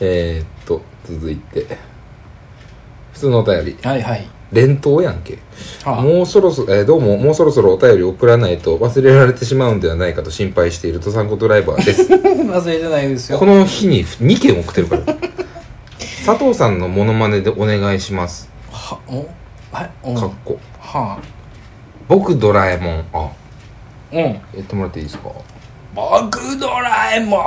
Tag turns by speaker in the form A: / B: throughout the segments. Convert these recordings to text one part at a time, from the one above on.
A: えー、っと続いて普通のお便り
B: はいはい
A: 連投やんけ
B: はあ
A: もうそろそろ、えーどうも、もうそろそろお便り送らないと忘れられてしまうんではないかと心配しているとさんこドライバー です。
B: 忘れてないですよ
A: この日に2件送ってるから。佐藤さんのモノマネでお願いします。
B: はおはいうん
A: かっ
B: は
A: こ。
B: あ
A: 僕ドラえもん。あ、
B: うん
A: やってもらっていいですか
B: 僕ドラえもん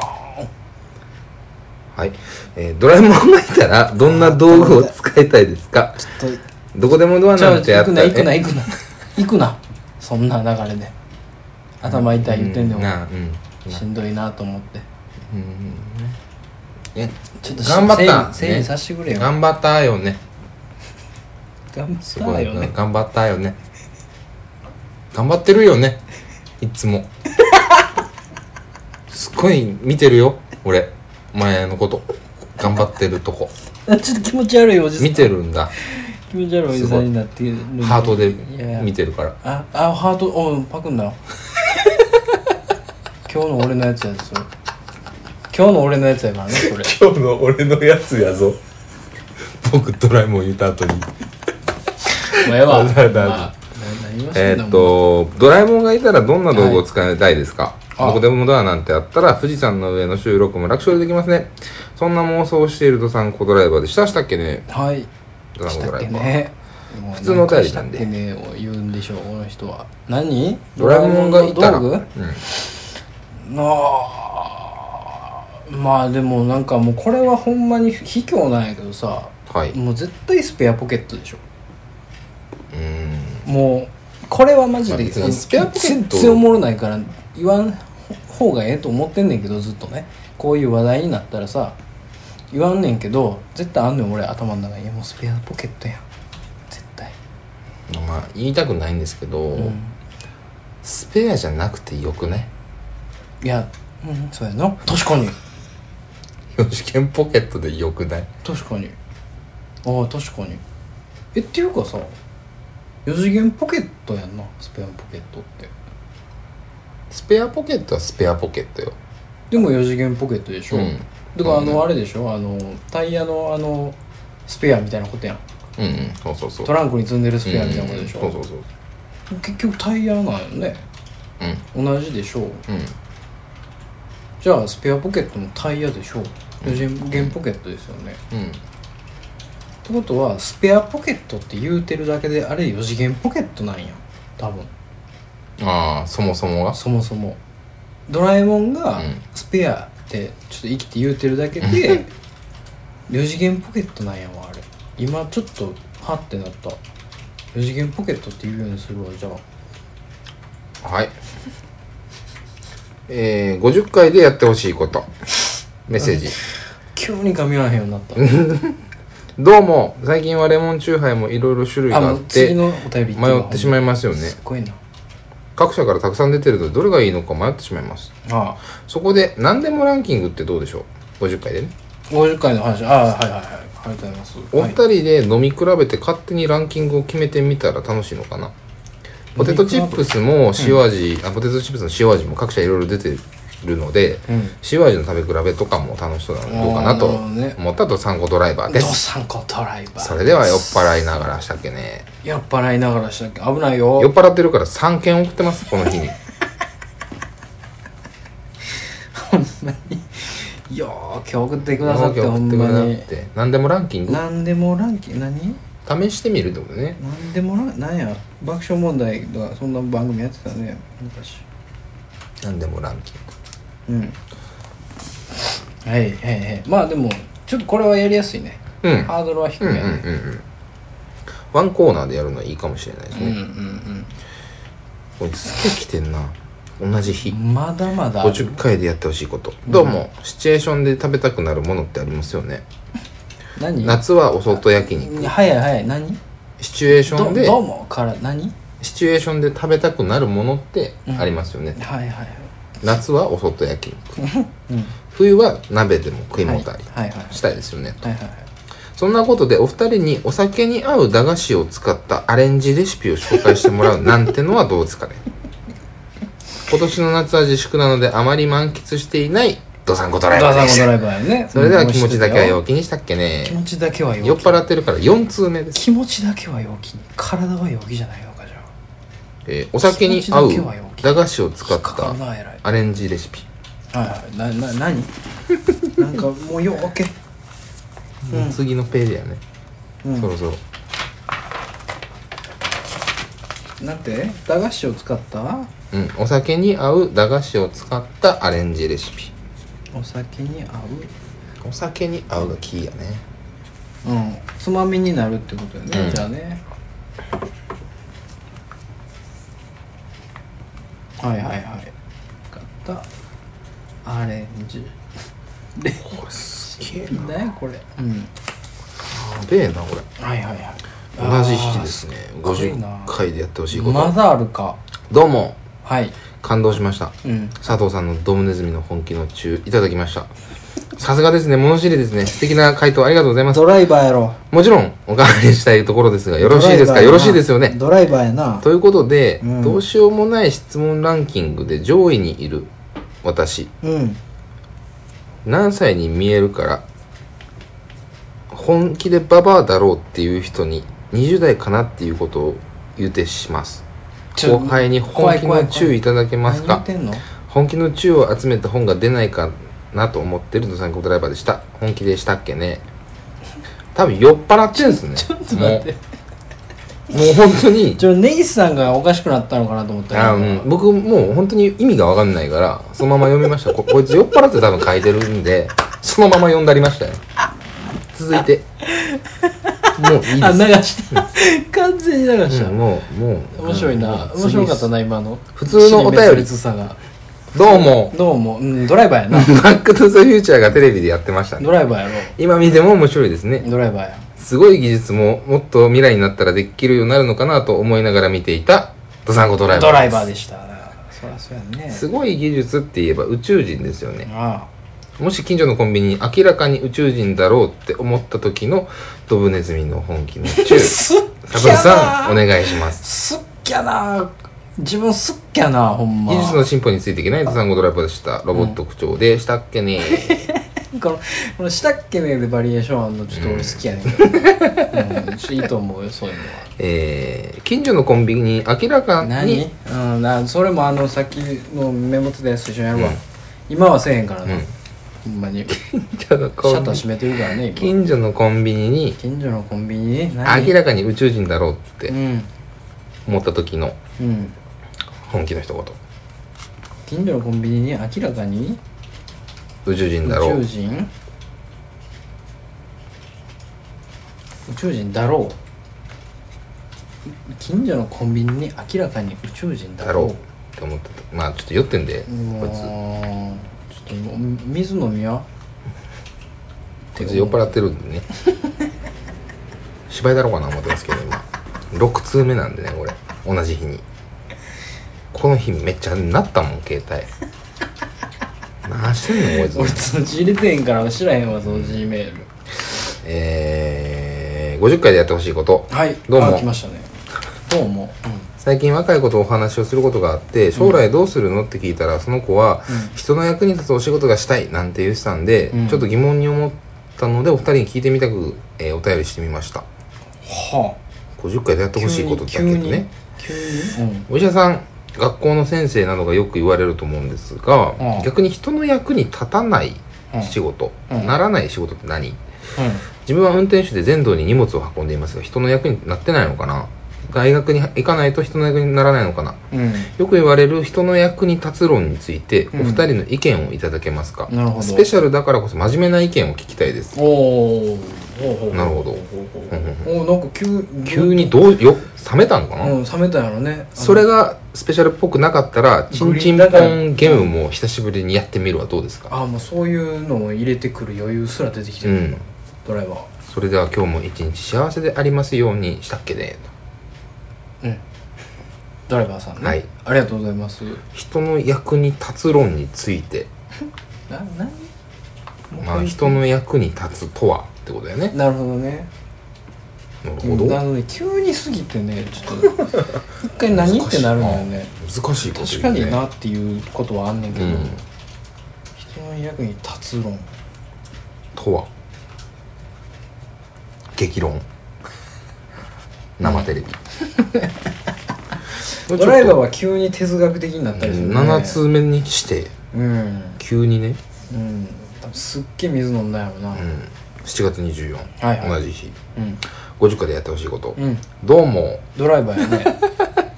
A: はい。えードラえもんがいたら、どんな道具を使いたいですか
B: ちょっ
A: どこでもドア
B: とじゃ
A: な
B: あ
A: んてや
B: 行
A: った
B: くな行くな行くな行くなそんな流れで頭痛い言ってんで
A: う
B: も
A: なあ、うん。な
B: しんどいなと思って
A: うんうんうんね
B: ちょっと
A: 頑張った
B: 整理整
A: ね
B: 理させてくれよ
A: 頑張ったよね。
B: 頑張っ
A: すご
B: た
A: い、
B: よね
A: 頑張ったよね頑張ってるよねいつ もすごい見てるよ俺お前のこと頑張ってるとこ
B: あ ちょっと気持ち悪いおじさん
A: 見てるんだ
B: 気持ち悪いおじさんになってる
A: ハートで
B: いや
A: 見てるから
B: ああハートおうパク んなよ今日の俺のやつやですよ今日の俺のやつやからねそれ
A: 今日の俺のやつやぞ僕ドラえもん言った後に
B: まあええわ
A: あ だだ
B: まあな何言わせ
A: え
B: んの
A: ーっとドラえもんがいたらどんな道具を使いたいですか、
B: はいあ
A: どこでもドアなんてあったら富士山の上の収録も楽勝でできますねそんな妄想をしているとさんこドライバーでしたしたっけね
B: はい
A: ドラ
B: し
A: ゴン
B: た
A: ド
B: っ
A: ラ
B: け
A: イバー、
B: ね
A: 普通のお便りなんで
B: もうなんかしたっけねを言うんでしょうこの人は何
A: ドラえもんがいたら
B: ドラえもんの道具なあまあでもなんかもうこれはほんまに卑怯なんやけどさ
A: うん、はい
B: もう絶対スペアポケットでしょ
A: うん
B: もうこれはマジ
A: まあ
B: で
A: 別にスペアポケット
B: 全然おもろないから言わん方がええと思ってんねんけどずっとねこういう話題になったらさ言わんねんけど絶対あんねん俺頭の中にいやもうスペアポケットやん絶対
A: まあ言いたくないんですけど、
B: うん
A: スペアじゃなくてよくない
B: いやうんそうやな確かに
A: 試験ポケットでよくない
B: 確かにああ確かにえっていうかさ4次元ポケットやんなスペアポケットって
A: スペアポケットはスペアポケットよ
B: でも4次元ポケットでしょ、
A: うん
B: だからあ
A: うん
B: のあれでしょあのタイヤのあのスペアみたいなことやん
A: うんうんそうそうそう
B: トランクに積んでるスペアみたいなことでしょ、
A: うんそうそうそう
B: 結局タイヤなんよね
A: うん
B: 同じでしょう
A: うん
B: じゃあスペアポケットもタイヤでしょう4次元ポケットですよね、
A: うん
B: ってことはスペアポケットって言うてるだけであれ4次元ポケットなんや多分
A: ああそもそもが
B: そもそもドラえもんが
A: うん
B: スペアってちょっと生きて言うてるだけで4次元ポケットなんやわあれ今ちょっとハッてなった4次元ポケットって言うようにするわじゃあ
A: はいえー、50回でやってほしいことメッセージ
B: 急に噛み合わへんようにな った
A: どうも最近はレモンチューハイもいろいろ種類
B: あ
A: があ
B: も
A: っ
B: う次
A: て
B: のお便り
A: 迷ってしま
B: い
A: いますよね
B: すっごいな
A: 各社からたくさん出てるのでどれがいいのか迷ってしまいます
B: ああ
A: そこで何でもランキングってどうでしょう50回でね
B: 50回の話ああはいはいはいありがとうございます
A: お
B: は
A: 二
B: い
A: 人で飲み比べて勝手にランキングを決めてみたら楽しいのかなポテトチップスも塩味、あポテトチップスの塩味も各社いろいろ出てるので、
B: うん
A: 塩味の食べ比べとかも楽しそうなのでどうかなと
B: あーなるほどね
A: 思ったと産後ドライバーで
B: ド
A: す
B: サンコドライバー
A: それでは酔っ払いながらしたっけね
B: 酔っ払いながらしたっけ危ないよ
A: 酔っ払ってるから3件送ってますこの 日に
B: ほんまによーく送ってくださってほんま
A: 送
B: に
A: ってくださって何でもランキング
B: 何でもランキング何
A: 試してみるってことね
B: 何でもラン何や爆笑問題がそんな番組やってたね昔
A: 何でもランキング
B: うんはいはいはいまあでもちょっとこれはやりやすいね、
A: うん
B: ハードルは低い
A: うん
B: や
A: うんうん
B: ね
A: うんワンコーナーでやるのはいいかもしれないです
B: うんうん
A: ね、これすげえ来てんな同じ日
B: うんまだまだ
A: 50回でやってほしいことどうも、シチュエーションで食べたくなるものってありますよね
B: 何
A: 夏はお外焼肉
B: はいはい何
A: シチュエーショ
B: ど
A: ンで
B: どうもから何
A: シチュエーションで食べたくなるものってありますよね、
B: はいはいはい
A: 夏はお外焼肉
B: うん
A: 冬は鍋でも食い物たり
B: はいはいはい
A: したいですよね
B: はいはいはい
A: そんなことでお二人にお酒に合う駄菓子を使ったアレンジレシピを紹介してもらうなんてのはどうですかね今年の夏は自粛なのであまり満喫していないドサンコドライバ
B: ダ
A: ーで
B: サンコ
A: し
B: ド
A: た
B: ライバーやね
A: それでは気持ちだけは陽
B: よ
A: 気にしたっけね
B: 気持ちだけは陽気
A: 酔っ払ってるから4通目です、
B: 気持ちだけは陽気に体は陽気じゃないのかじゃあ
A: えーお酒に合う
B: 気持ちだけは陽気
A: 駄菓子を使っ
B: かかる
A: た
B: な偉い
A: アレンジレシピ、
B: はいはいなな何なんかもうよーけうん
A: 次のページやね、
B: うん
A: そろそろ
B: なんて駄菓子を使った
A: うん、お酒に合う駄菓子を使ったアレンジレシピ
B: お酒に合
A: お酒に合うがキーやね
B: ううんつまみになるってことよね、
A: うん
B: じゃあねはいはいはい使ったアレンジ
A: これすげえ
B: 何これうん
A: やべえなこれ
B: はいはいはい
A: 同じ日ですね
B: あーすっごいな
A: 50回でやってほしいこと、
B: まだあるか
A: どうも
B: はい
A: 感動しました
B: うん
A: 佐藤さんのドムネズミの本気の中いただきましたさすがですね物知りですね素敵な回答ありがとうございます
B: ドライバーやろ
A: もちろんお代わりしたいところですがよろしいですかよろしいですよね
B: ドライバーやな
A: ということで、
B: うん
A: どうしようもない質問ランキングで上位にいる私
B: うん
A: 何歳に見えるから本気でババアだろうっていう人に20代かなっていうことを言うてします
B: ちょ
A: 後輩に本
B: 怖い
A: 気
B: 怖い
A: の
B: 怖い
A: 注意いただけます
B: 何言っ
A: か
B: てんの
A: 本気の注意を集めた本が出ないかなと思ってるドサンコドライバーでした本気でしたっけね多分酔っ払ってんですね
B: ちょっと待って
A: もうもう本当に
B: ちょネギスさんがおかしくなったのかなと思った
A: あうん、僕もう本当に意味がわかんないからそのまま読みましたここいつ酔っ払って多分書いてるんでそのまま読んだりましたよ続いてもういいです
B: あ流した完全に流した、
A: うんもうもう
B: 面白いな、
A: うん
B: 面白かった
A: 次
B: な今の
A: 普通のお便り
B: 支離滅裂さが
A: ですどう も
B: どうも、うん、ドライバーやな
A: バックトゥザフューチャーがテレビでやってましたね
B: ドライバーや
A: 今見ても面白いですね
B: ろドライバーや
A: すごい技術ももっと未来になったらできるようになるのかなと思いながら見ていたドサンコドライバー
B: ドライ
A: です
B: バーでしたそりゃそうやね
A: すごい技術って言えば宇宙人ですよね
B: あ
A: もし近所のコンビニに明らかに宇宙人だろうって思った時のドブネズミの本気の
B: あ
A: 中サ
B: すっ
A: ブ
B: きゃ
A: さんお
B: な
A: 願いします
B: すっきゃな自分すっきゃなほんま
A: 技術の進歩についていけないサンゴドライバーでしたロボット区長でしたっけね
B: このこのしたっけねでバリエーションあんのちょっと俺好きやねんけ ど、うん、ちょいいと思うよそういうのは
A: えー、近所のコンビニに明らか
B: 何
A: に
B: うんなそれもあのさっきのメモってたやつと一緒にやるわ、
A: うん
B: 今はせえへんからな、
A: うん
B: ほんま にシ
A: 近所のコ
B: ャ
A: ン
B: ッタ
A: ビニ
B: ー閉めてるからね今
A: 近所のコンビニに
B: 近所のコンビニ何
A: 明らかに宇宙人だろうって
B: うん
A: 思った時の
B: うん
A: 本気の一言
B: 近所のコンビニに明らかに
A: 宇宙人
B: 宇
A: だろう
B: 宙人宇宙人だろう近所のコンビニに明らかに宇宙人だ
A: だろ
B: ろ
A: うって思ってたまあちょっと酔ってんで
B: うも
A: こ
B: う
A: いつ
B: ちょっともう水飲みや
A: こいつ酔っ払ってるんでね 芝居だろうかな思ってますけど今6通目なんでねこれ同じ日にこの日めっちゃなったもん携 帯何してんのこ
B: 俺
A: いつ
B: 通知入れてへんから知らへんわその G メール
A: えー、50回でやってほしいこと
B: はい
A: どうも
B: あ来ましたねどうも、
A: 最近若い子とお話をすることがあって将来どうするのって聞いたらその子は
B: う
A: 人の役に立つお仕事がしたいなんて言ってたんで、
B: うん
A: ちょっと疑問に思ったのでお二人に聞いてみたく、えーお便りしてみました
B: は
A: 50回でやっ
B: あ
A: てほしいことだけどね
B: 急に、うん、
A: お医者さん学校の先生などがよく言われると思うんですが、
B: うん
A: 逆に人の役に立たない仕事、
B: うん
A: ならない仕事って何自分は運転手で全道に荷物を運んでいますが人の役になってないのかな大学に行かないと人の役にならないのかな
B: うん、うん
A: よく言われる人の役に立つ論についてお
B: うん
A: 二人の意見をいただけますか、
B: なるほど
A: スペシャルだからこそ真面目な意見を聞きたいです
B: おーおーおー
A: なるほど
B: おーおーなんか急
A: 急にどうよ冷めたのかな、
B: うん冷めたんやろね
A: それがスペシャルっぽくなかったらチンチンポンゲームも久しぶりにやってみるはどうですか
B: あのあもうそういうのを入れてくる余裕すら出てきて
A: う
B: る、
A: ん
B: ドライバー
A: それでは今日も一日幸せでありますようにしたっけね
B: うんドライバーさんね、
A: はい
B: ありがとうございます
A: 人の役に立つ論について、
B: な何
A: まあ、人の役に立つとはってことだよね
B: なるほどね
A: なるほど
B: なので急に過ぎてねちょっと一回何ってなるのよね
A: 難しいこと
B: 確
A: 言
B: か
A: うね
B: になっていうことはあんねんけど、
A: うん
B: 人その役に立つ論
A: とは激論生テレ ビ
B: ドライバーは急に哲学的になったりする、ね、
A: 7つ目にして
B: うん
A: 急にね、
B: うん多分すっげえ水飲んだやろな
A: うん、7月24、
B: はいはい
A: 同じ日
B: うん、
A: 50回でやってほしいこと、
B: うん、
A: どうも
B: ドライバーやね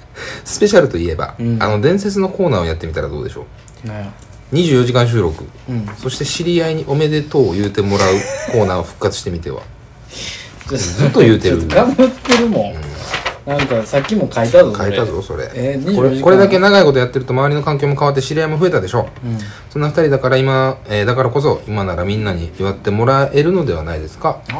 A: スペシャルといえば、
B: うん
A: あの伝説のコーナーをやってみたらどうでしょ
B: なんや
A: う24時間収録
B: うん
A: そして知り合いにおめでとうを言うてもらうコーナーを復活してみては
B: ず
A: っと言うて る
B: 頑張ってるもん、なんかさっきも書いたぞ
A: 変えたぞそれ、
B: えー
A: こ
B: 24
A: れ
B: 時間
A: これだけ長いことやってると周りの環境も変わって知り合いも増えたでしょう
B: うん
A: そんな二人だから今、えーだからこそ今ならみんなに祝ってもらえるのではないですか
B: あ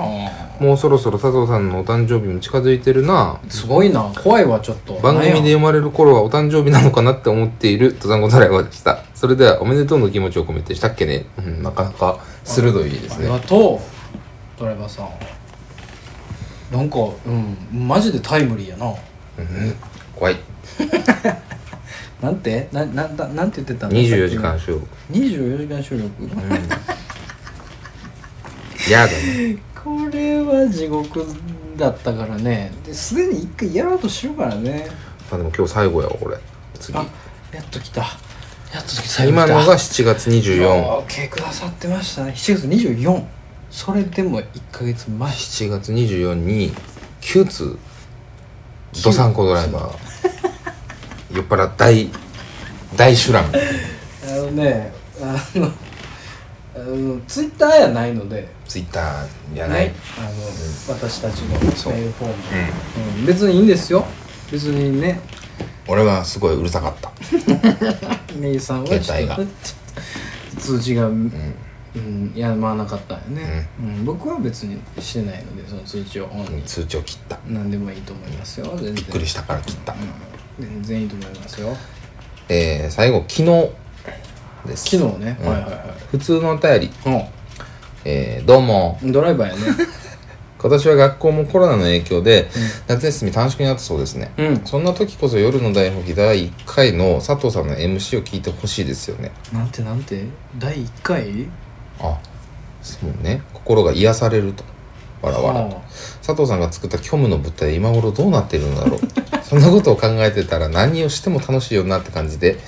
A: もうそろそろ佐藤さんのお誕生日も近づいてるな
B: あすごいな怖いわちょっと
A: 番組で読まれる頃はお誕生日なのかなって思っている登山ごたらいでしたそれではおめでとうの気持ちを込めてしたっけね、うん、なかなか鋭いで
B: あ
A: す
B: り
A: ね
B: がとうドライバーさんなんかうんマジでタイムリーやな
A: うん怖い
B: なんてななななんて言ってたの
A: 24時間収録
B: 24時間収録、
A: やだね
B: これは地獄だったからねですでに一回やろうとしてるからね
A: あでも今日最後やわこれ次
B: あやっと来たやっと来た
A: 今のが7月247
B: OK くださってましたね7月24それでも1か月前
A: 月24に9通ドサンコドライバー酔っ払った大大酒乱
B: あのねあのあのツイッターやないので
A: ツイッターじゃない、
B: ねあの、私たちのメ
A: そう
B: ールフォーム、うん別にいいんですよ別にね
A: 俺はすごいうるさかった
B: メイさんはちょ
A: 携帯
B: っ
A: が
B: と通知が
A: うん
B: うん、いやまあなかったよね、うん僕は別にしてないのでその通知をオンに
A: 通知を切った
B: 何でもいいと思いますよ全然
A: びっくりしたから切った、
B: うん全然いいと思いますよ
A: えー、最後昨日です
B: 昨日ね、
A: うん
B: はいは
A: 普通のお便り、
B: いはい
A: えー、どうも
B: うんドライバーやね
A: 今年は学校もコロナの影響で夏休み短縮になったそうですね、
B: うん
A: そんな時こそ夜の大吹き第1回の佐藤さんの MC を聞いてほしいですよね
B: なんてなんて第1回
A: あそうね心が癒されるとわらわら
B: はあ
A: 佐藤さんが作った虚無の物体今頃どうなってるんだろう そんなことを考えてたら何をしても楽しいよなって感じで、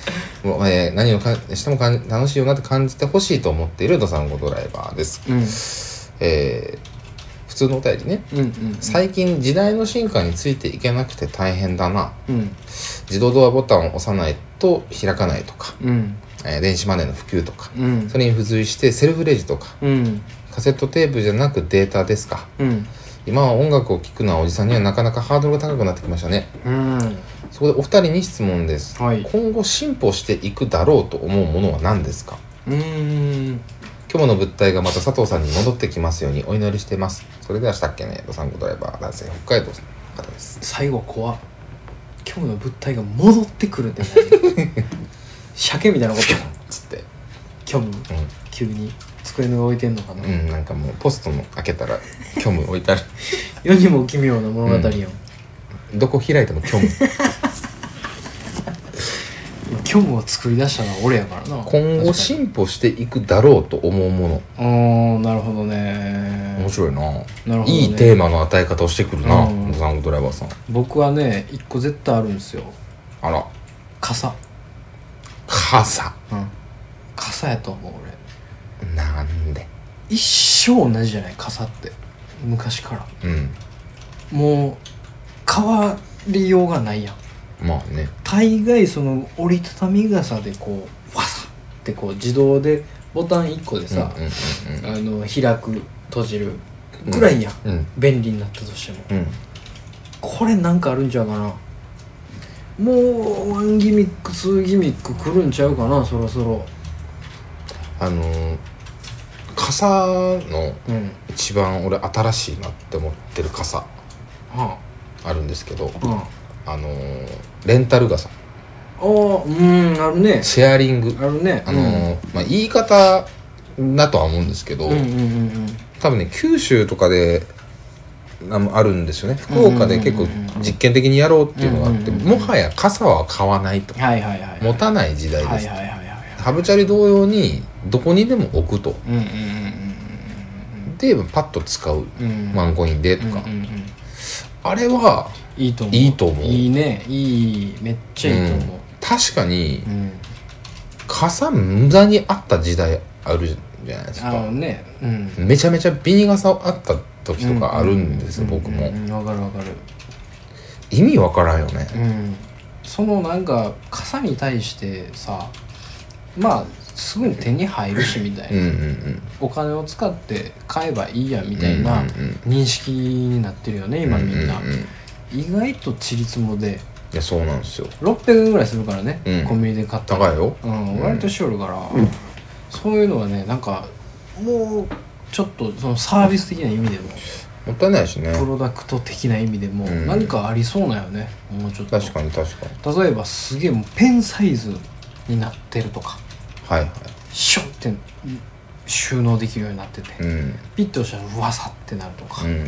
A: もうえー何をかしてもかん楽しいよなって感じてほしいと思っているドサンゴドライバーです、
B: うん
A: えー普通のお便りね
B: うんうん
A: 最近時代の進化についていけなくて大変だな
B: うん
A: 自動ドアボタンを押さないと開かないとか、
B: うん
A: えー電子マネーの普及とか
B: うん
A: それに付随してセルフレジとか
B: うん
A: カセットテープじゃなくデータですか
B: うん
A: 今は音楽を聴くのはおじさんにはなかなかハードルが高くなってきましたね
B: うん
A: そこでお二人に質問です、
B: はい
A: 今後進歩していくだろうと思うものは何ですか
B: うん
A: 今日の物体がまた佐藤さんに戻ってきますようにお祈りしていますそれではしたっけねドサンゴドライバー男性北海道の方です
B: 最後怖っ今日の物体が戻ってくるって 何鮭みたいなこと
A: つって
B: 虚無急に机の上置いてんのかな、
A: うん、うん、なんかもうポストの開けたら虚無置いてある
B: 世にも奇妙な物語よ、
A: どこ開いても 虚無
B: 虚無を作り出したのは俺やからな
A: 今後進歩していくだろうと思うもの
B: うーんなるほどね
A: 面白いな
B: なるほどね
A: いいテーマの与え方をしてくるな、
B: うん
A: ドサンゴドライバーさん
B: 僕はね一個絶対あるんですよ
A: あら
B: 傘
A: 傘
B: うん傘やと思う俺
A: なんで
B: 一生同じじゃない傘って昔から
A: うん
B: もう変わりようがないやん
A: まあね
B: 大概その折りたたみ傘でこうファサってこう自動でボタン1個でさ、
A: うんうん
B: あの開く閉じるぐらいやん、
A: うん
B: 便利になったとしても
A: うんうん
B: これなんかあるんちゃうかなもうワンギミックツーギミックくるんちゃうかなそろそろ
A: あのー傘の
B: うん
A: 一番俺新しいなって思ってる傘
B: は
A: あるんですけど
B: あうんあ
A: あのーレンタル傘
B: あうんあるね
A: シェアリング
B: あるね
A: あのーまあ言い方だとは思うんですけど、
B: うん、うんうんうん
A: 多分ね九州とかであのあるんですよね福岡で結構実験的にやろうっていうのがあって、
B: うんうんうんうん
A: もはや傘は買わないと
B: うんはいはいはい
A: 持たない時代です、
B: はいはいはいはい
A: ハブチャリ同様にどこにでも置くと
B: うんうんうん
A: でパッと使う
B: うんうん
A: ワンコインでと
B: うん
A: か、
B: うんうん
A: あれは、
B: いいと思う
A: いいと思う
B: いいねいいめっちゃいいと思う
A: うん確かに
B: うん
A: 傘無駄にあった時代あるじゃないです
B: あ
A: か
B: のねうん
A: めちゃめちゃビニ傘あった時とかあるんですよ、
B: う
A: 僕も
B: うんうんわかるわかる
A: 意味わからんよね
B: うんそのなんか傘に対してさまあすぐに手に入るしみたいな
A: うんうんうん
B: お金を使って買えばいいやみたい
A: うん
B: な
A: うんうん
B: 認識になってるよね今みんな
A: うううい
B: 意外とちりつもで
A: やそうなんですよ
B: 600円ぐらいするからね、
A: うん
B: コンビニで買ったら
A: 高いよ
B: うん、割としよるから、そういうのはねなんかもうちょっとそのサービス的な意味でも
A: もったいないしね
B: プロダクト的な意味でも、
A: うん
B: 何かありそうなよねもうちょっと
A: 確かに確かに
B: 例えばすげえもうペンサイズになってるとか
A: はいは
B: シュッて収納できるようになってて、
A: いうん
B: ピッと押したらわさってなるとか、
A: うん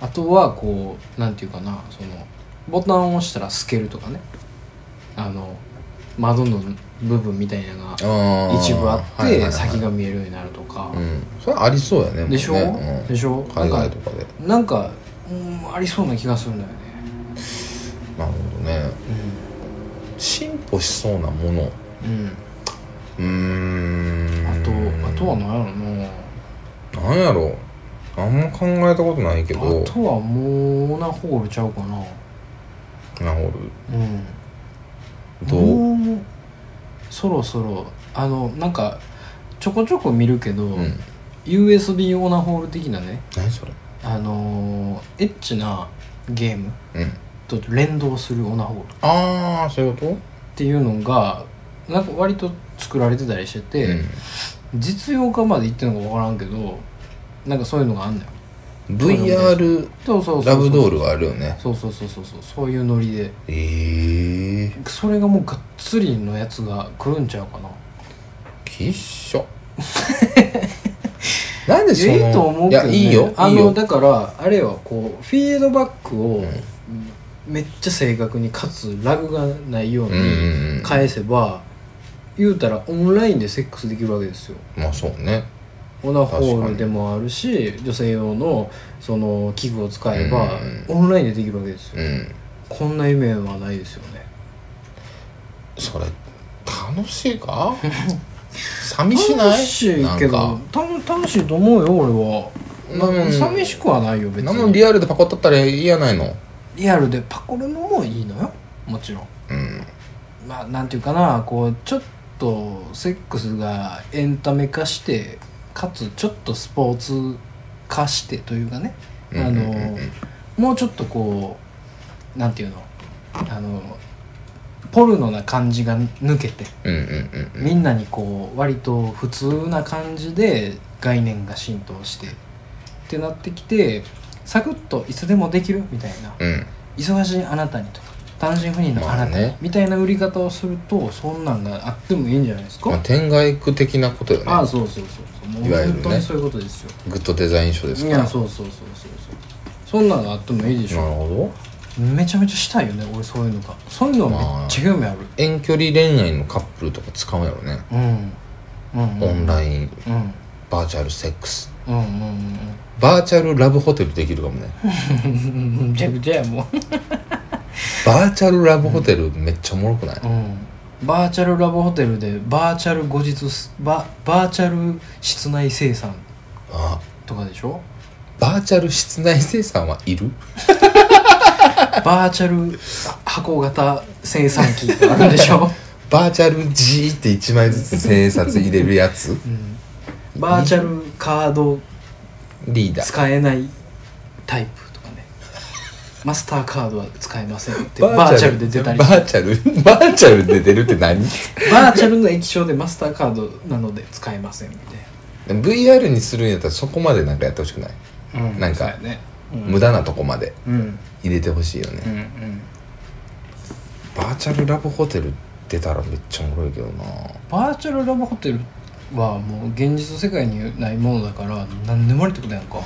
B: あとはこうなんていうかなそのボタンを押したら透けるとかねあの窓の部分みたいなのが
A: あー
B: 一部あって、
A: はいはいはい
B: 先が見えるようになるとか
A: う、んそれありそうやね
B: でしょ、
A: もうねうん
B: でしょ
A: 海
B: な
A: 外
B: ん
A: と
B: か
A: かで
B: なんか、うん、ありそうな気がするんだよね、
A: なるほどね進歩しそうなもの
B: うん、
A: うーん
B: あとあとは何やろな
A: なんやろあんま考えたことないけど
B: あとはモーナホールちゃうかな
A: なる
B: うん
A: どう
B: もうそろそろあのなんかちょこちょこ見るけど、
A: うん
B: USB オーナーホール的なね
A: 何それ
B: あのーエッチなゲーム
A: うん
B: と連動するオーナーホールっ
A: ああそういうこ
B: ていうのがなんか割と作られてたりして
A: と
B: て、
A: うん
B: 実用化までいってるのか分からんけどなんかそういうのがあんだよ
A: VR
B: そうそうそうそう
A: ラブドールがあるよね
B: そうそうそうそうそうそういうノリで
A: ええー、
B: それがもうがっつりのやつが来るんちゃうかな
A: きっしょなんで
B: い
A: その
B: やいいと思うけど、ね、
A: いやいいよ
B: あ
A: いい
B: の
A: よ
B: だからあれはこうフィードバックをめっちゃ正確にかつラグがないよう
A: うん
B: に
A: うんうん
B: 返せば、言うたらオンラインでセックスできるわけですよ
A: まあそうね
B: オナホールでもあるし女性用のその器具を使えば
A: うんうん、
B: オンラインでできるわけですよ、
A: うん
B: こんな夢はないですよね
A: それ楽しいか 寂しない
B: 楽しいけどた楽しいと思うよ俺は、
A: うん
B: 寂しくはないよ別
A: なの
B: に
A: リアルでパコったったらいいやないの
B: リアルでパコるのもいいのよもちろん
A: うん
B: まあなんていうかなこうちょっとセックスがエンタメ化してかつちょっとスポーツ化してというかねあ
A: うんうんうん
B: のもうちょっとこうなんていうのあのポルノな感じが抜けて
A: うんうんうん
B: みんなにこう割と普通な感じで概念が浸透してってなってきてサクッといつでもできるみたいな
A: うんうん
B: 忙しいあなたにとか単身赴任のあなた
A: まあ
B: に
A: ね
B: みたいな売り方をするとそんなんがあってもいいんじゃないですか、
A: まあ天外区的なことよ
B: ああ
A: ね
B: そうそうそうそうもう
A: いわゆるね
B: 本当にそういうことですよ
A: グッドデザイン賞です
B: い
A: から
B: や
A: なる
B: そうそうそうそうそうそんなんがあってもいいでしょ
A: ほ
B: めちゃめちゃしたいよね俺そういうのがそういうのはめっちゃ興味ある、
A: ど遠距離恋愛のカップルとか使うんやろね
B: うんうんうん
A: オンライン
B: うん
A: バーチャルセックス
B: うんうん
A: バーチャルラブホテルできるかもね
B: うんうんめちゃくちゃやもう
A: バーチャルラブホテルめっちゃおもろくない、
B: うんバーチャルラブホテルでバーチャル後日すババーチャル室内生産
A: あ
B: とかでしょ
A: バーチャル室内生産はいる
B: バーチャル箱型生産機があるんでしょ、
A: バーチャル G って1枚ずつ千円札入れるやつ
B: バーチャルカード
A: リーダー
B: 使えないタイプとかねマスターカードは使えませんって
A: バ
B: バー
A: ー
B: チ
A: チ
B: ャ
A: ャル
B: ルで
A: で
B: 出
A: 出
B: た
A: たり
B: りバ
A: バーチャルバーチャルで出るって何
B: ーチャルの液晶でマスターカードなので使えませんみたい
A: VR にするんやったらそこまでなんかやってほしくない、
B: な、う
A: なんか
B: そうやねうん
A: 無駄なとこまで
B: うん
A: 入れてほしいよね、
B: うんうん
A: バーチャルラブホテル出たらめっちゃおもろいけどな
B: バーチャルラブホテルはもう現実世界にないものだから何でもありってことやんか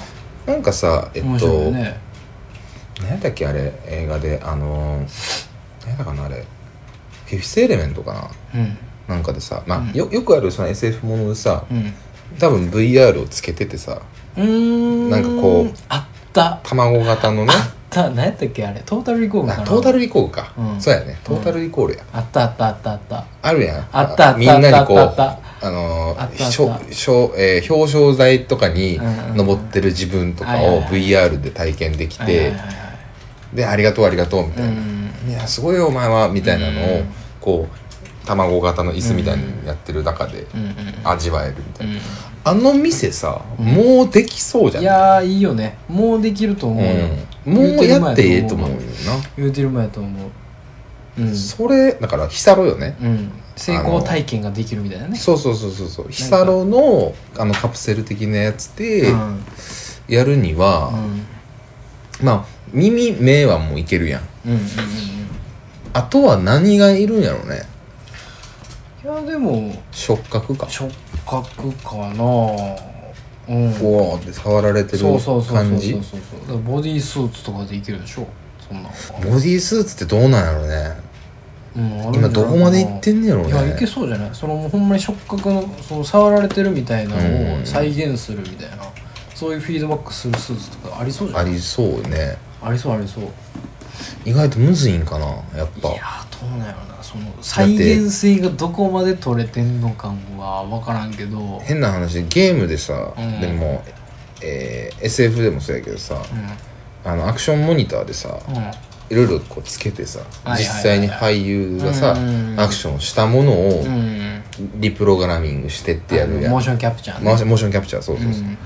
A: なんかさえっ
B: 面白い
A: と、
B: よね
A: 何やったっけあれ映画であのー何やったかなあれフィフスエレメントかな
B: うん
A: なんかでさ、まあよよくあるさ SF ものでさ、
B: うん
A: 多分 VR をつけててさ
B: うーん
A: なんかこう
B: あった
A: 卵型のね
B: あった何やったっけあれトータルリコールか
A: あ
B: な
A: トータルリコールか、
B: うん
A: そうやねトータルリコールや、
B: あったあったあったあった
A: あるやん
B: あったあった
A: みんなにこう
B: あったあっ
A: あのー
B: あったあった
A: しょしょえー表彰台とかに
B: うんうんうん
A: 登ってる自分とか
B: はいはい
A: を
B: は
A: VR で体験でき
B: はいはい
A: て
B: はいはい
A: でありがとうありがとうみたいな、
B: うん
A: いやすごいよお前はみたいなのを
B: うん
A: こう卵型の椅子みたいにやってる中で
B: うん
A: 味わえるみた
B: う
A: いな、
B: ん
A: あの店さ
B: うん
A: もうできそうじ
B: う
A: ゃん
B: んいやーいいよねもうできると思うよ
A: うん、もうやってええと思うよ
B: 言うてる前やと思ううん
A: なそれだから日サロよね、
B: うん成功体験ができるみたいなね
A: そうそうそうそうそう日サロのあのカプセル的なやつで
B: うん
A: やるに
B: うんうん
A: は、まあ耳目はもういけるやん
B: うんうん
A: あとは何がいるんやろうね
B: うんいやでも
A: 触覚か
B: 触覚かなうん
A: うわーって触られてる
B: そうそうそうそ
A: 感
B: う
A: じ
B: そうそうだからボディースーツとかできるでしょそんなん
A: ボディースーツってどうなんやろうね
B: うんあるん
A: 今ど
B: じゃないかな
A: こまで行ってんねやろうね
B: いやいけそうじゃないそのもうほんまに触覚のその触られてるみたいなの
A: う
B: を
A: ん
B: 再現するみたいなそういうフィードバックするスーツとかありそうじゃ
A: あ
B: ない
A: りそうね
B: ありそうありそうい
A: 意外とむずいんかなやっぱ
B: やーどうなんやろなその再現性がどこまで取れてんのかは分からんけどうん
A: 変な話ゲームでさ、
B: うん
A: でも、えー SF でもそうやけどさあのアクションモニターでさ
B: う
A: いろいろこうつけてさ
B: いはいはい
A: 実際に俳優がさ
B: うん
A: アクションしたものを
B: んうん
A: リプログラミングしてってやるやんモ
B: モー
A: ー
B: ションキャプチャーね
A: ションモーションキャプチャーそうそうそう、
B: うん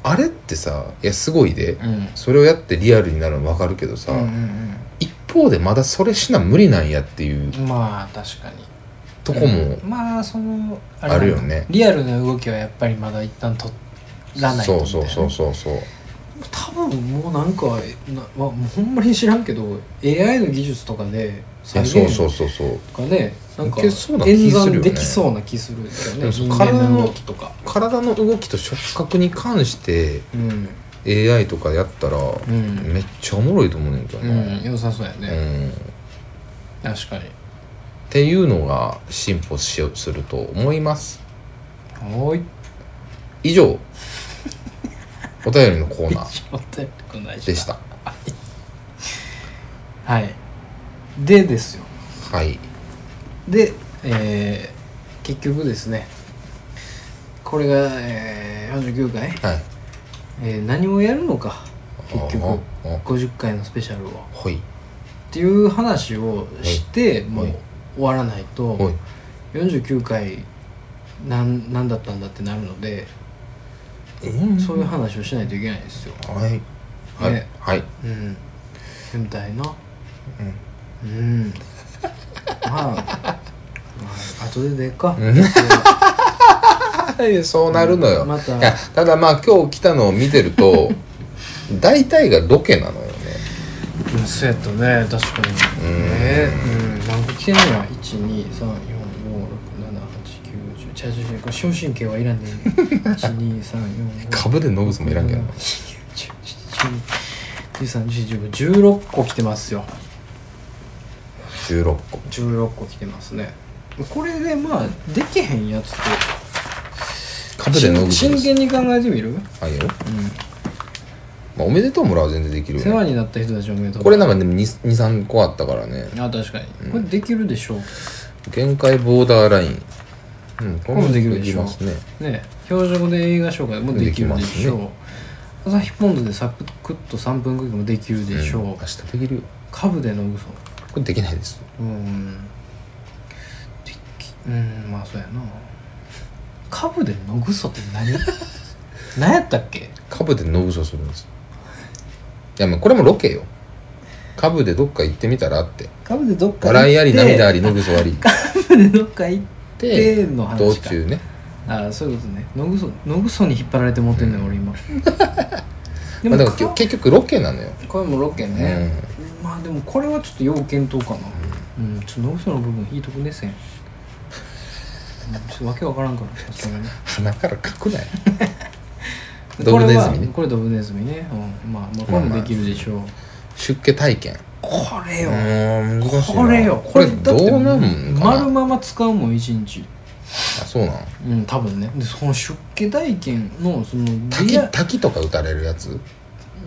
A: あれってさいやすごいで、
B: うん
A: それをやってリアルになるの分かるけどさ、
B: うんうん
A: 一方でまだそれしな無理なんやっていう
B: うんまあ確かに
A: とこも、
B: まあそのあ
A: あるよね
B: リアルな動きはやっぱりまだ一旦取らないと
A: そ
B: み
A: う
B: たい
A: そ
B: な
A: うそうそうそう
B: 多分もうなんかな、まあ、もうほんまに知らんけど AI の技術とか
A: い
B: で
A: や
B: 再
A: そう
B: 現
A: そう
B: と
A: そうそう
B: かねなんか
A: いけそうな気す
B: 演
A: るよね
B: 算できそうな気するよね
A: でもそう
B: 人間の動きとか
A: 体の動きと触覚に関して
B: うん、
A: AI とかやったら、
B: ん
A: めっちゃおもろいと思うねんけど
B: う
A: な、
B: ん、良さそうや
A: う
B: ね、
A: んっ
B: 確かに
A: ていうのが進歩しようすると思います
B: おい
A: 以 上お便りのコーナー
B: ちょっとやってこない
A: でした
B: はいでですよ
A: はい
B: で、えー結局ですねこれが、えー、49回、
A: はい
B: えー何をやるのか結
A: あ
B: 局
A: ああ
B: 50回のスペシャルをっ
A: ほい
B: ていう話をしてもう
A: はい
B: 終わらない
A: ほ
B: と
A: い
B: 49回なんなんだったんだってなるのでそういう話をしないといけないんですよ
A: はいはい、
B: ね
A: はい
B: うんみたいなうんまあまあ後ででっか
A: うんはいそうなるのよ、
B: うんまた
A: いやただまあ今日来たのを見てる と大体がロケなのよね
B: うんそうやったね確かに
A: うん
B: ねうん何個来てんのや12345678910ちゃうちゃうちゃうこれ小神経はいらんねん12345
A: 株でノブスもいらんけどな
B: 16個来てますよ
A: 16個
B: 16個来てますねこれでまあできへんやつ
A: 株でノ
B: って
A: ブス
B: 真剣に考えてみる、うん、
A: はいよ、まあ、おめでとうもらうは全然できるよ
B: 世
A: ね
B: 話になった人たちおめでとう
A: これなんかでも23個あったからね
B: あ確かに、これできるでしょう
A: 限界ボーダーラインうんこ
B: れもできるでしょ
A: ますね
B: ね表情で映画紹介もできるでしょう
A: でき
B: 朝日ポン酢でサクッと3分クイックもできるでしょう、
A: ん明日できるよ
B: カブでの嘘
A: これできないです
B: うんできうんまあそうやなカブでの嘘って 何何やったっけ
A: 株でノブスをするんですいやまあこれもロケよ株でどっか行ってみたらって
B: カブでどっか
A: 笑いあり涙あ
B: り
A: りノブスあり
B: カブでどっか行っ
A: で
B: ての
A: 道
B: 話か
A: 中ね
B: ああそういうことねのぐそのぐそに引っ張られて持ってんのよ、俺 今で
A: ま
B: も、
A: あ、だから結局ロケなのよ、
B: これもロケね、まあでもこれはちょっと要検討かなうん、ちょっとノブソの部分引いとくねせん、うん、ちょっとわけわからん からさすがに
A: 鼻からかくない
B: で
A: ドブネズミね
B: これはこれドブネズミね、うん、まあまあこれもできるでしょう、
A: 出家体験
B: これよ、
A: うん難しいな
B: これよ
A: これどうなんかな
B: 丸まま使うもん一日
A: あそうなん
B: うん多分ねでその出家代金のそのリ
A: 滝
B: ア
A: 滝とか打たれるやつ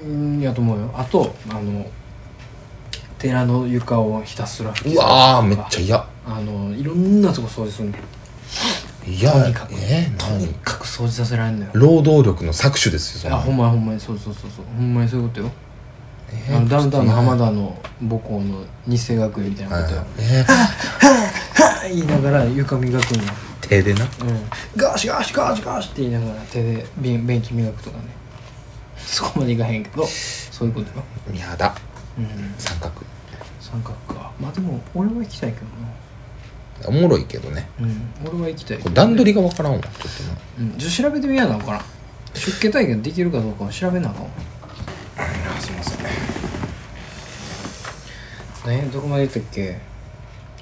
B: うんやと思うよあとあの寺の床をひたすら拭き
A: うわーめっちゃ
B: ゃ
A: 嫌
B: あのいろんなとこ掃除するの
A: 嫌
B: とにかく
A: えー
B: と
A: 何
B: にかく掃除させられんのよ
A: 労働力の搾取ですよそん
B: あ
A: な
B: ほんまやほんまにそうそうそうそうほんまにそういうことよ、
A: えー
B: あのダウンタウンの浜田の母校の二世学院みたいなことよ、はぁ言いながら床磨くのよ
A: 手でな
B: うんガシガシガシガシって言いながら手で便便器磨くとかねそこまでいかへんけ どそういうことよ
A: やだ
B: うん
A: 三角
B: 三角かまあでも俺は行きたいけど
A: おもろいけどね
B: なうん俺は行きたいけ
A: これ
B: ど
A: 段取りがわからんわちょっとな
B: うんちょっと調べてみやなあかんな出家体験できるかどうかを調べなあかんわ
A: あすいません
B: 何どこまで言ったっけ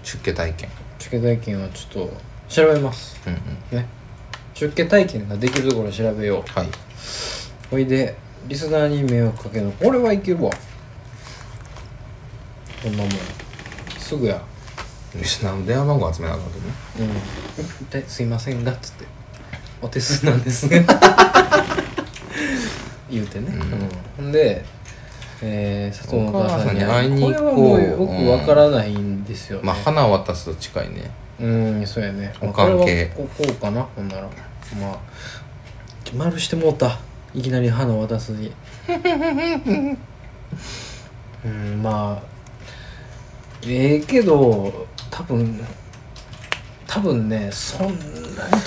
A: 出家体験
B: 出家体験はちょっと調べます
A: うんうん
B: ね出家体験ができるところを調べよう
A: はい
B: ほいでリスナーに迷惑かけるの俺はいけるわこんなもんすぐや
A: リスナーの電話番号集めなかったね
B: うんですいませんがっつってお手数なんです ね言うてね、うんで、えー、佐藤のお母さんに
A: お母さんに会いに行こう
B: これはもうよくわからないんですよね、
A: まあ花渡すと近いね
B: うんそうやね
A: お関係
B: まあこれはここうかなほんならまあ丸してもうたいきなり花渡すに うんまあええけど多分多分ねそんなに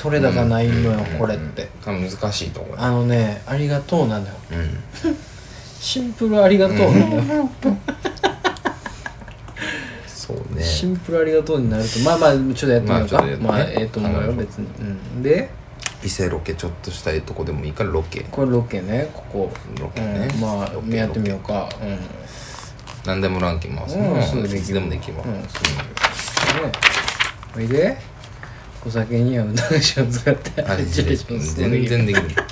B: 取れ高ないのよ、
A: うん
B: これって
A: あ難しいところ
B: あのねありがとうなのよ
A: うん
B: シンプルありがとうなのよ、
A: そうね
B: シンプルありがとうになるとまあまあちょっとやってみよ
A: まあ
B: うか
A: ちょっとやってね
B: まあ、ええと思うよ別に、うん、で
A: 伊勢ロケちょっとしたいとこでもいいからロケ
B: これロケねここ
A: ロケね
B: うん、ま
A: ロ
B: あ
A: ケ
B: やってみようかうんね
A: 何でもランキング回す
B: うん
A: ね
B: そうです
A: いつでもできます
B: うんおいでお酒には無駄口を使って
A: あれ
B: ジェ レションする
A: 全然できない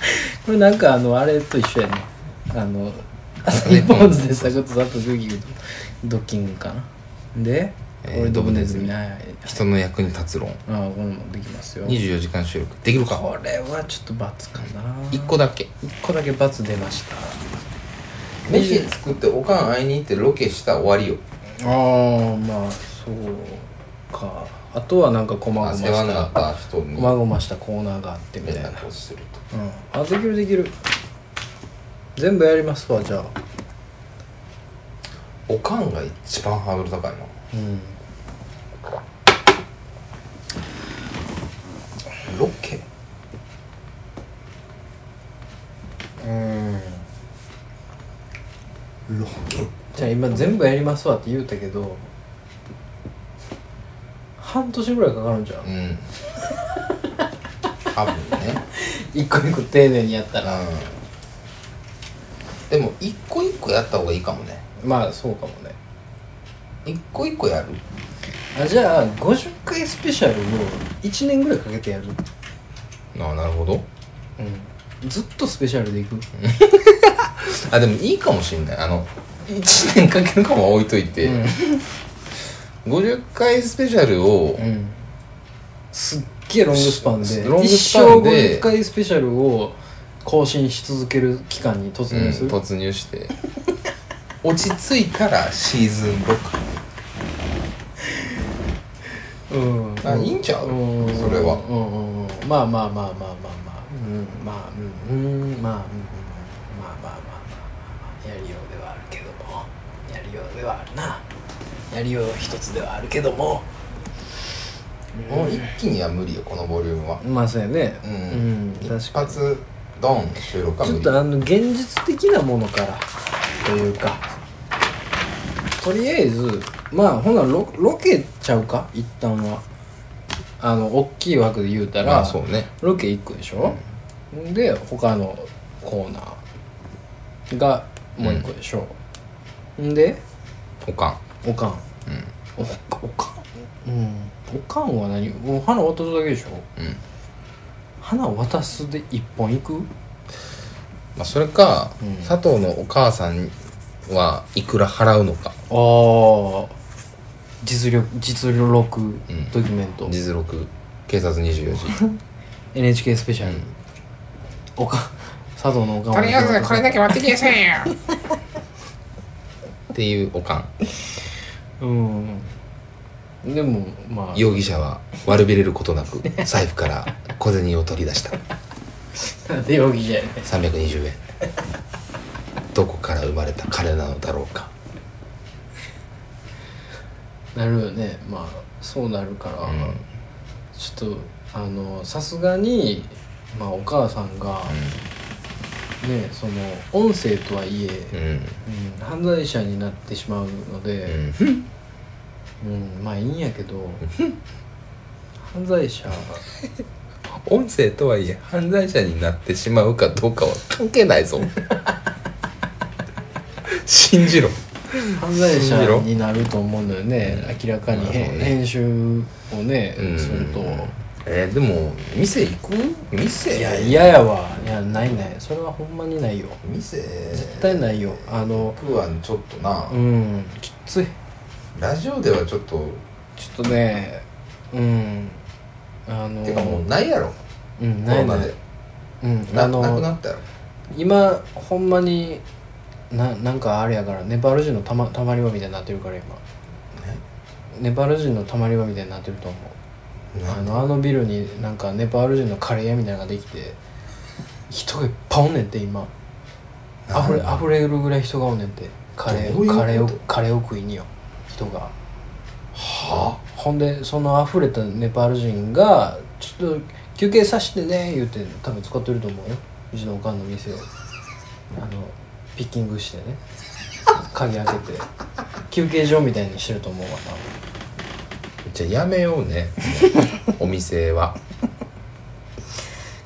B: これなんかあのあれと一緒やねあの朝日ポーズでサクッとサクッとグギグギドッキングかなで
A: えー
B: 俺ドブネズ
A: ドブネズ
B: ミ
A: ミ
B: ない
A: 人の役に立つ論
B: ああこれもできますよ
A: 24時間収録できるか
B: これはちょっと罰かな
A: 1個だけ
B: 一個だけ罰出ました
A: 飯作っておかん会いに行ってロケしたら終わりよ
B: ああまあそうかあとはなんかこまごま
A: あ
B: し
A: 世話にな
B: た
A: っ
B: こ
A: た人に
B: まごましたコーナーがあってみた
A: み
B: い
A: たい
B: な、
A: な
B: うん、
A: ことすると
B: あできるできる全部やりますわじゃあ
A: おかんが一番ハードル高いな
B: うん
A: ロケ
B: うん
A: ロケ
B: じゃあ今全部やりますわって言うたけど半年ぐらいかかるんじゃん
A: うん多分ね
B: 一個一個丁寧にやったら
A: うんでも一個一個やった方がいいかもね
B: まあそうかもね
A: 一個一個やる
B: あじゃあ50回スペシャルを1年ぐらいかけてやる
A: あなるほど
B: うんずっとスペシャルでいく
A: あでもいいかもしんないあの1年かけるかも置いといて、50回スペシャルを、
B: うんすっげえロングスパンで
A: ロングスパンで
B: 一生50回スペシャルを更新し続ける期間に突
A: うん
B: 入する、
A: 突入して 落ち着いたらシーズン6
B: うん
A: あいいんちゃう
B: うん
A: それは
B: うんうんうんまあまあまあまあまあまあうんまあうんうんまあうんうんまあまあまあまあまあまあやりようではあるけどもやりようではあるなやりよう一つではあるけども
A: もう一気には無理よこのボリュームは
B: まあそうやね
A: う
B: うん
A: ん、
B: 確かに
A: 一発ドン収録は
B: ちょ
A: 無
B: っ
A: 理
B: とあの現実的なものからというかとりあえずまあほなロロケちゃうか一旦はあの大きい枠で言うたら、
A: まあそうね
B: ロケ1個でしょ、で他のコーナーがもう1個でしょ、ん、で
A: おか
B: おかん
A: んうん
B: おおかんうんおかんは何もう花渡すだけでしょ
A: うん
B: 花渡すで1本いく
A: まあ、それか、
B: うん
A: 佐藤のお母さんはいくら払うのか
B: ああ実力実力ドキュメント、
A: 実録警察24時
B: NHK スペシャル、おか佐藤のおかん
A: とりあえずこれだけ割ってきなさいよっていうおかん
B: うんでもまあ
A: 容疑者は悪びれることなく財布から小銭を取り出した
B: なん で容疑者やねん
A: 320円どこから生まれた金なのだろうか
B: なるよねまあそうなるから、
A: うん
B: ちょっとあのさすがに、まあ、お母さんが、ねその音声とはいえ、
A: うん
B: うん犯罪者になってしまうの
A: う
B: で、
A: ん
B: うんまあいいんやけ ど犯罪者
A: 音声とはいえ犯罪者になってしまうかどうかは関係ないぞ信じろ
B: 犯罪
A: 信じろ
B: 者になると思うんだよね、明らかに、
A: まあ
B: へ
A: そうね
B: 編集をね、
A: うん
B: すると。
A: えーでも店行く店
B: いや嫌やわいやないないそれはほんまにないよ
A: 店
B: 絶対ないよあの
A: 僕はちょっとな、
B: うんきつい
A: ラジオではちょっと
B: ちょっとねうんあの
A: てかもうないやろ
B: うん
A: コ
B: な
A: ロ
B: い
A: ナ
B: な
A: で
B: いうん
A: なな
B: あ
A: く
B: の
A: なったやろ
B: 今ほんまにななんかあれやからネパール人のたまたまり場みたいになってるから今ネパール人のたまり場みたいになってると思う
A: な
B: あのあのビルになんかネパール人のカレー屋みたいなのができて人がいっぱいおんねんって今あふれあふれるぐらい人がおんねんってカレー
A: どういうこと
B: カレーをカレーを食いによ人が
A: は
B: ほんでそのあふれたネパール人が「ちょっと休憩させてね」言うて多分使ってると思うようちのおかんの店をあのピッキングしてね鍵開けて休憩所みたいにしてると思うわ
A: じゃあやめようね お店は
B: な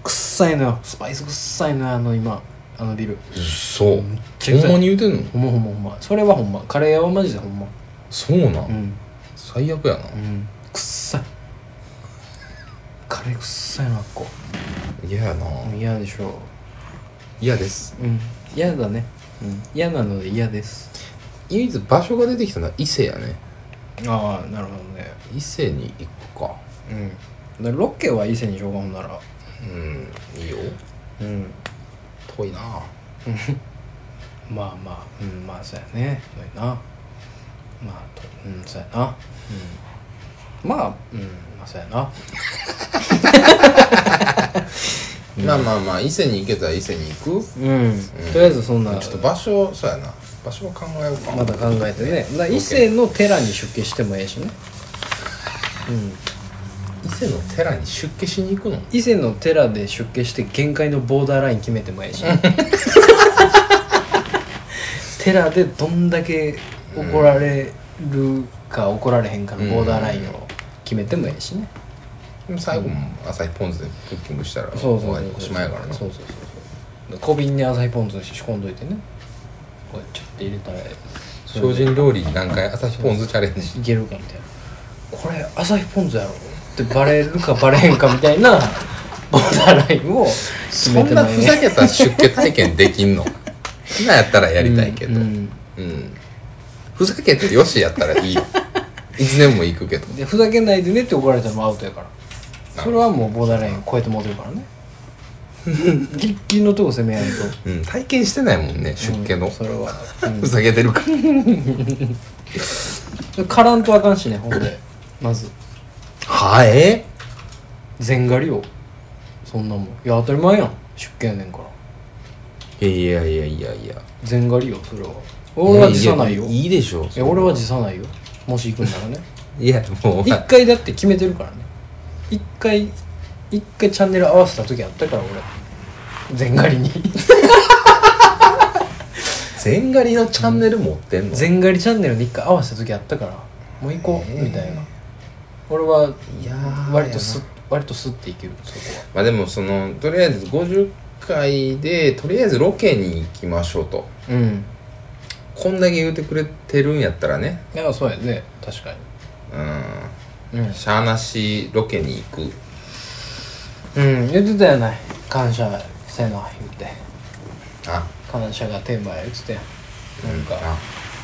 B: くっさいのよスパイスくっさいのよあの今あのビル
A: そう
B: ちゃくち
A: ほ
B: ゃ
A: んまに言うてんの
B: ほんまほんまほんまそれはほんまカレー屋はマジでほんま
A: そうなん、
B: うん
A: 最悪やな
B: うんくっさいカレーくっさいなあっこ
A: 嫌やな
B: 嫌でしょ
A: 嫌です
B: うん嫌だねうん嫌なので嫌です
A: 唯一場所が出てきたのは伊勢やね
B: ああなるほどね
A: 伊勢に行くか
B: うんでロケは伊勢にしようかほんなら
A: うんいいよ
B: うん
A: 遠いな
B: まあまあうんまあそうやねそうやなまあとうんそうやなうんまあうんまあそうやな
A: まあまあまあ伊勢に行けたら伊勢に行く
B: うんとりあえずそんな
A: ちょっと場所そうやな場所を考えようか
B: まだ考えてねだから伊勢の寺に出家してもええしねうん
A: 伊勢の寺に出家しに行くの
B: 伊勢の寺で出家して限界のボーダーライン決めてもええし 寺でどんだけ怒られるか怒られへんかのボーダーラインを決めてもええしね、
A: でも最後も朝日ポン酢でクッキングしたら
B: そうそうそう
A: 終わりおしまいやからな
B: そうそうそうそう小瓶にアサヒポン酢仕込んどいてねこれちょっと入れたらそれ
A: 精進料理何回朝日ポン酢チャレンジ
B: いけるかみたいなこれアサヒポン酢やろってバレるかバレへんかみたいな ボーダーラインを決
A: そ
B: めて
A: ん
B: も
A: な
B: ええ
A: ふざけた出家体験できん の今やったらやりたいけど
B: う
A: うんん、ふざけてよしやったらいいよいつでも行くけど
B: でふざけないでねって怒られたらもうアウトやからそれはもうボーダーライン超えてもうてるからね ギリギリのとこ攻めないと
A: うん体験してないもんね出家の、
B: うんそれは
A: ふざけてるから
B: からんとあかんしねほんでまず
A: はえ
B: 全狩りをそんなもんいや当たり前やん出家やねんから
A: いやいやいやいや
B: 全狩りよそれは俺は辞さないよ
A: や
B: い
A: いいでしょ
B: や俺は辞さないよもし行くんならね
A: いやもう
B: 一回だって決めてるからね一回一回チャンネル合わせた時あったから俺全狩り に
A: 全狩りのチャンネル持ってんの
B: 全狩りチャンネルに一回合わせた時あったからもう行こうみたいな俺はい
A: やー
B: 割とす割とすっていけるそこは
A: まあでもそのとりあえず50回でとりあえずロケに行きましょうと
B: うん
A: こんだけ言うてくれてるんやったらね
B: だからそうやね確か
A: う
B: にうん
A: ん、しゃあなしロケに行く
B: うん、言ってたやない感謝せな言って
A: あ
B: 感謝がテーマや言ってたやんなんか、
A: あ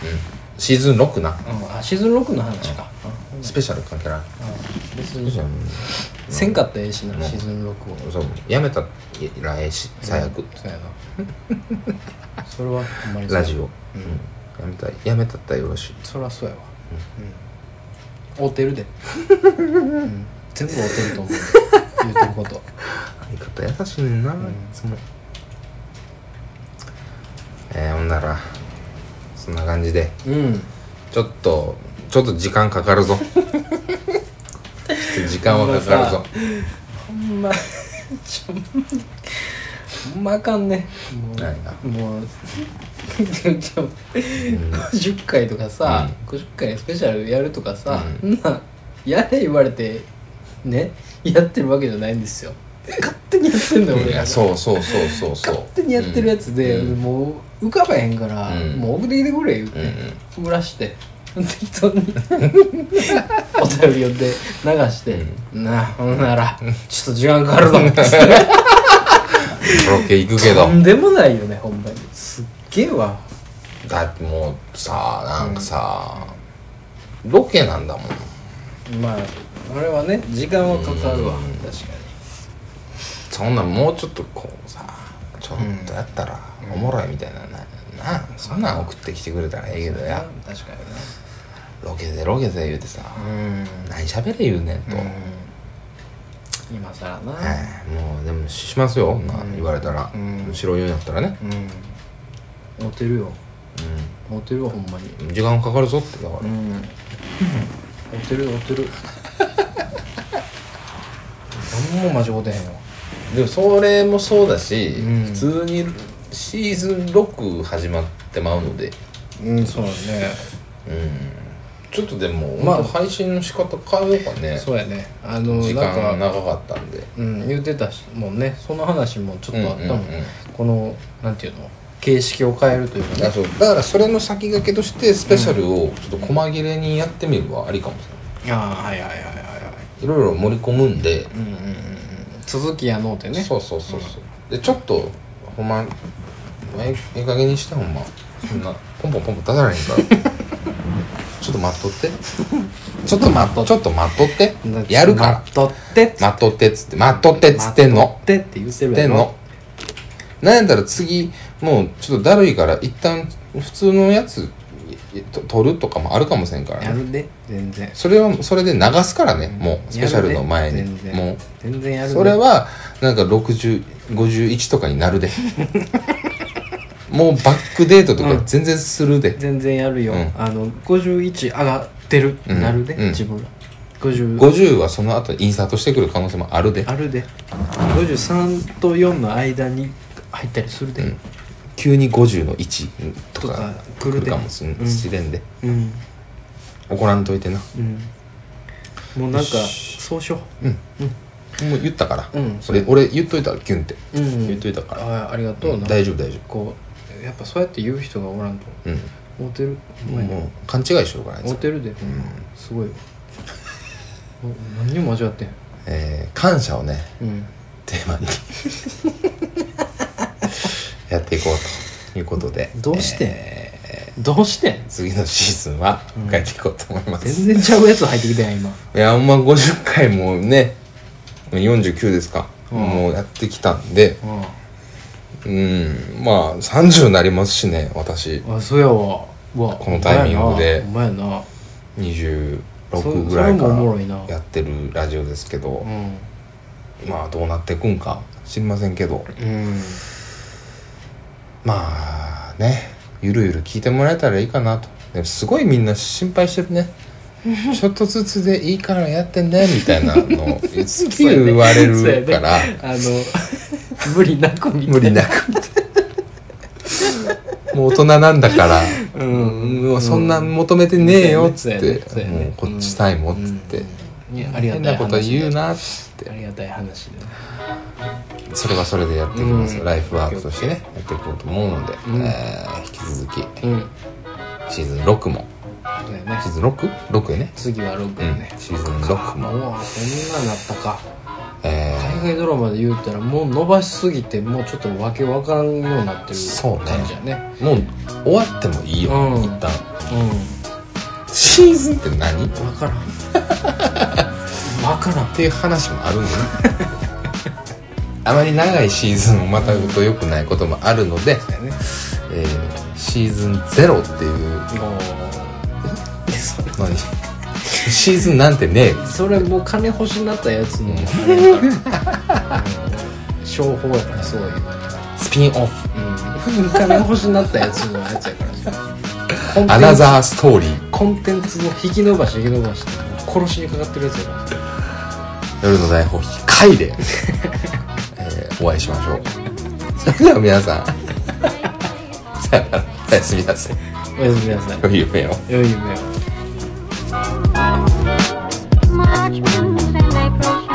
A: うんシーズン6な
B: うん、あシーズン6の話か、うん
A: スペシャル関係ない
B: 別
A: スペシャル
B: にせんかったらええしな、
A: うん
B: シーズン6を
A: そうやめたらええし最悪
B: そうやな それはほんまにそう
A: ラジオ、
B: うん
A: やめたいやめたったらよろしい
B: そりゃそうやわうん合うてるで、うん、全部合うてると思う言うてること
A: 相方優しいねんな、いつもえー、ほんならそんな感じで
B: うん
A: ちょっとちょっと時間かか るぞちょっと時間はかかるぞ
B: ほんまちょほんまあかんねもう
A: 何が
B: もうちょちょ50回とかさ、50回スペシャルやるとかさ、
A: う
B: そんなやれ言われてねやってるわけじゃないんですよ勝手にやってんだよ
A: い
B: 俺
A: や
B: が
A: そうそうそうそうそう
B: 勝手にやってるやつで、
A: うん
B: もう浮かばへんから、
A: うん
B: もう送ってきてくれ言っ
A: うん
B: て、漏らして 適当 にお便り読んで流して、なあほんならちょっと時間か かるぞっつって
A: ロケ行くけど
B: とんでもないよねほんまにすっげえわ
A: だってもうさなんかさ、ロケなんだもん
B: まああれはね時間はかかるわ、
A: うん
B: 確か
A: そんなんもうちょっとこうさちょっとやったらおもろいみたいな、ななそんなん送ってきてくれたらええけど
B: に
A: や
B: 確か
A: ロケでロケで言うてさ、
B: にね
A: 何しゃべれ言うねん
B: う
A: と、
B: ん、今更な、
A: ええもうでもしますよ、な言われたら、
B: うん
A: 後ろ言うんやったらね、
B: うんモテるよモテるよほんまに
A: うん、時間かかるぞってだから、
B: うんモテるモテる何もマジモテへんよ
A: でもそれもそうだし、
B: うん
A: 普通にシーズン6始まってまうので
B: うんそうだね
A: うんちょっとでも、
B: まあ
A: まあ、配信の仕方変えようかね
B: そうやねあの
A: 時
B: なん
A: 間
B: か
A: 長かったんで
B: うん、言ってたしもんねその話もちょっとあったもん,、
A: うんうんうん
B: このなんていうの形式を変えるというかね
A: だそうだからそれの先駆けとしてスペシャルをちょっと細切れにやってみるはありかもしれない
B: ああはいはいはいはいはい
A: ろいろ盛り込むんで、
B: いうんうんうんうん続きやのうてね
A: そうそうそうそう、でちょっとほんまええ加減にしてほんまそんなポンポンポンポン出されへんから ちょっと待っとってちょっと待っとちょっと待っとってやるから
B: 取ってっつ
A: 待っとってっつって待っとってっつってんの
B: 待っとってって言ってる
A: って
B: や
A: んの
B: ろ
A: なんやったら次もうちょっとだるいから一旦普通のやつと取るとかもあるかもしれんから
B: や
A: ね
B: るで全然
A: それはそれで流すからねもうスペシャルの前
B: やる
A: に
B: で全然
A: も
B: 全然や
A: う
B: るで
A: それはなんか6051とかになる でもうバックデートとか全然するで、
B: 全然やるよ、
A: うん
B: あの51上がってる
A: うん
B: なるで、
A: うん
B: 自分が50
A: 50はその後インサートしてくる可能性もあるで、
B: あるで53と4の間に入ったりするで、
A: うん急に50の1と
B: と
A: か
B: か
A: 来
B: 来
A: る
B: るで
A: かもしれ
B: うん
A: んで、
B: うん
A: 怒らんといてな
B: うんもうなんか
A: よし
B: そうしよ
A: うん、もう言ったから、
B: うん
A: それ俺言っといたらキュンって、
B: う、うん
A: 言っといたから、
B: あありがとうな
A: 大丈夫大丈
B: こうやっぱそうやって言う人がおらんと
A: 夫、うん
B: モテる
A: もう勘違いしようかない
B: モテるで、すごいよもう何にも味わってへん
A: えー感謝をね
B: うん
A: テーマにやっていこうということで
B: どうしてん
A: え
B: どうしてん
A: ー次のシーズンは変えていこうと思います、
B: 全然ちゃうやつ入ってきたやん今
A: いやほんま50回もね49ですか、
B: うん
A: もうやってきたんで
B: う
A: うんまあ30になりますしね私
B: んあそうやわうわ
A: このタイミングで
B: お前やな
A: 26ぐらいか
B: そそれもおもろいな
A: らやってるラジオですけど
B: お前やな
A: まあどうなっていくんか知りませんけど
B: うんうん
A: まあねゆるゆる聞いてもらえたらいいかなとでもすごいみんな心配してる ねちょっとずつでいいからやってねみたいなのをすき言われるから、
B: あの 無理なくみたいな
A: 無理なくもう大人なんだから、
B: ん
A: もうそんな求めてねえよっつっ
B: そうや
A: て
B: ね、そうやね
A: もうこっちタイムをっつって、
B: うんねありが
A: 変
B: たい
A: なこと
B: 話で
A: 言うなっつって
B: ありがたい話でね
A: それはそれでやっていきますよ、
B: うん
A: ライフワークとしてねやっていこうと思うので、
B: うん
A: えー引き続き
B: うん
A: シーズン6も
B: そうやね
A: シーズン 6?6 やね
B: 次は6やね
A: うんシーズン6も
B: もうこんななったか
A: えー
B: 海外ドラマで言うたらもう伸ばしすぎてもうちょっとわけわからんようになってる
A: そうね
B: 感じやね
A: もう終わってもいいよ、
B: うん
A: 一旦シーズンって何っ
B: うんわからん わからん
A: ていう話もあるんだね あまり長いシーズンをまたぐと良くないこともあるので、
B: だよね
A: えーシーズンゼロっていう
B: もうそれ
A: のにシーズンなんてねえ
B: それもう金欲しになったやつの商法やからそういう
A: スピンオフ
B: うん金欲しになったやつのやつやからそうコンテ
A: ア
B: ン
A: ナ
B: ツ
A: ザーストーリー
B: コンテンツの引き伸ばし引き伸ばし殺しにかかってるやつやから
A: 夜の大放棄回で、えーお会いしましょうそれでは皆さんさよならおやすみなさい
B: おやすみなさい
A: 良い夢を
B: 良い夢を
C: March winds and April showers.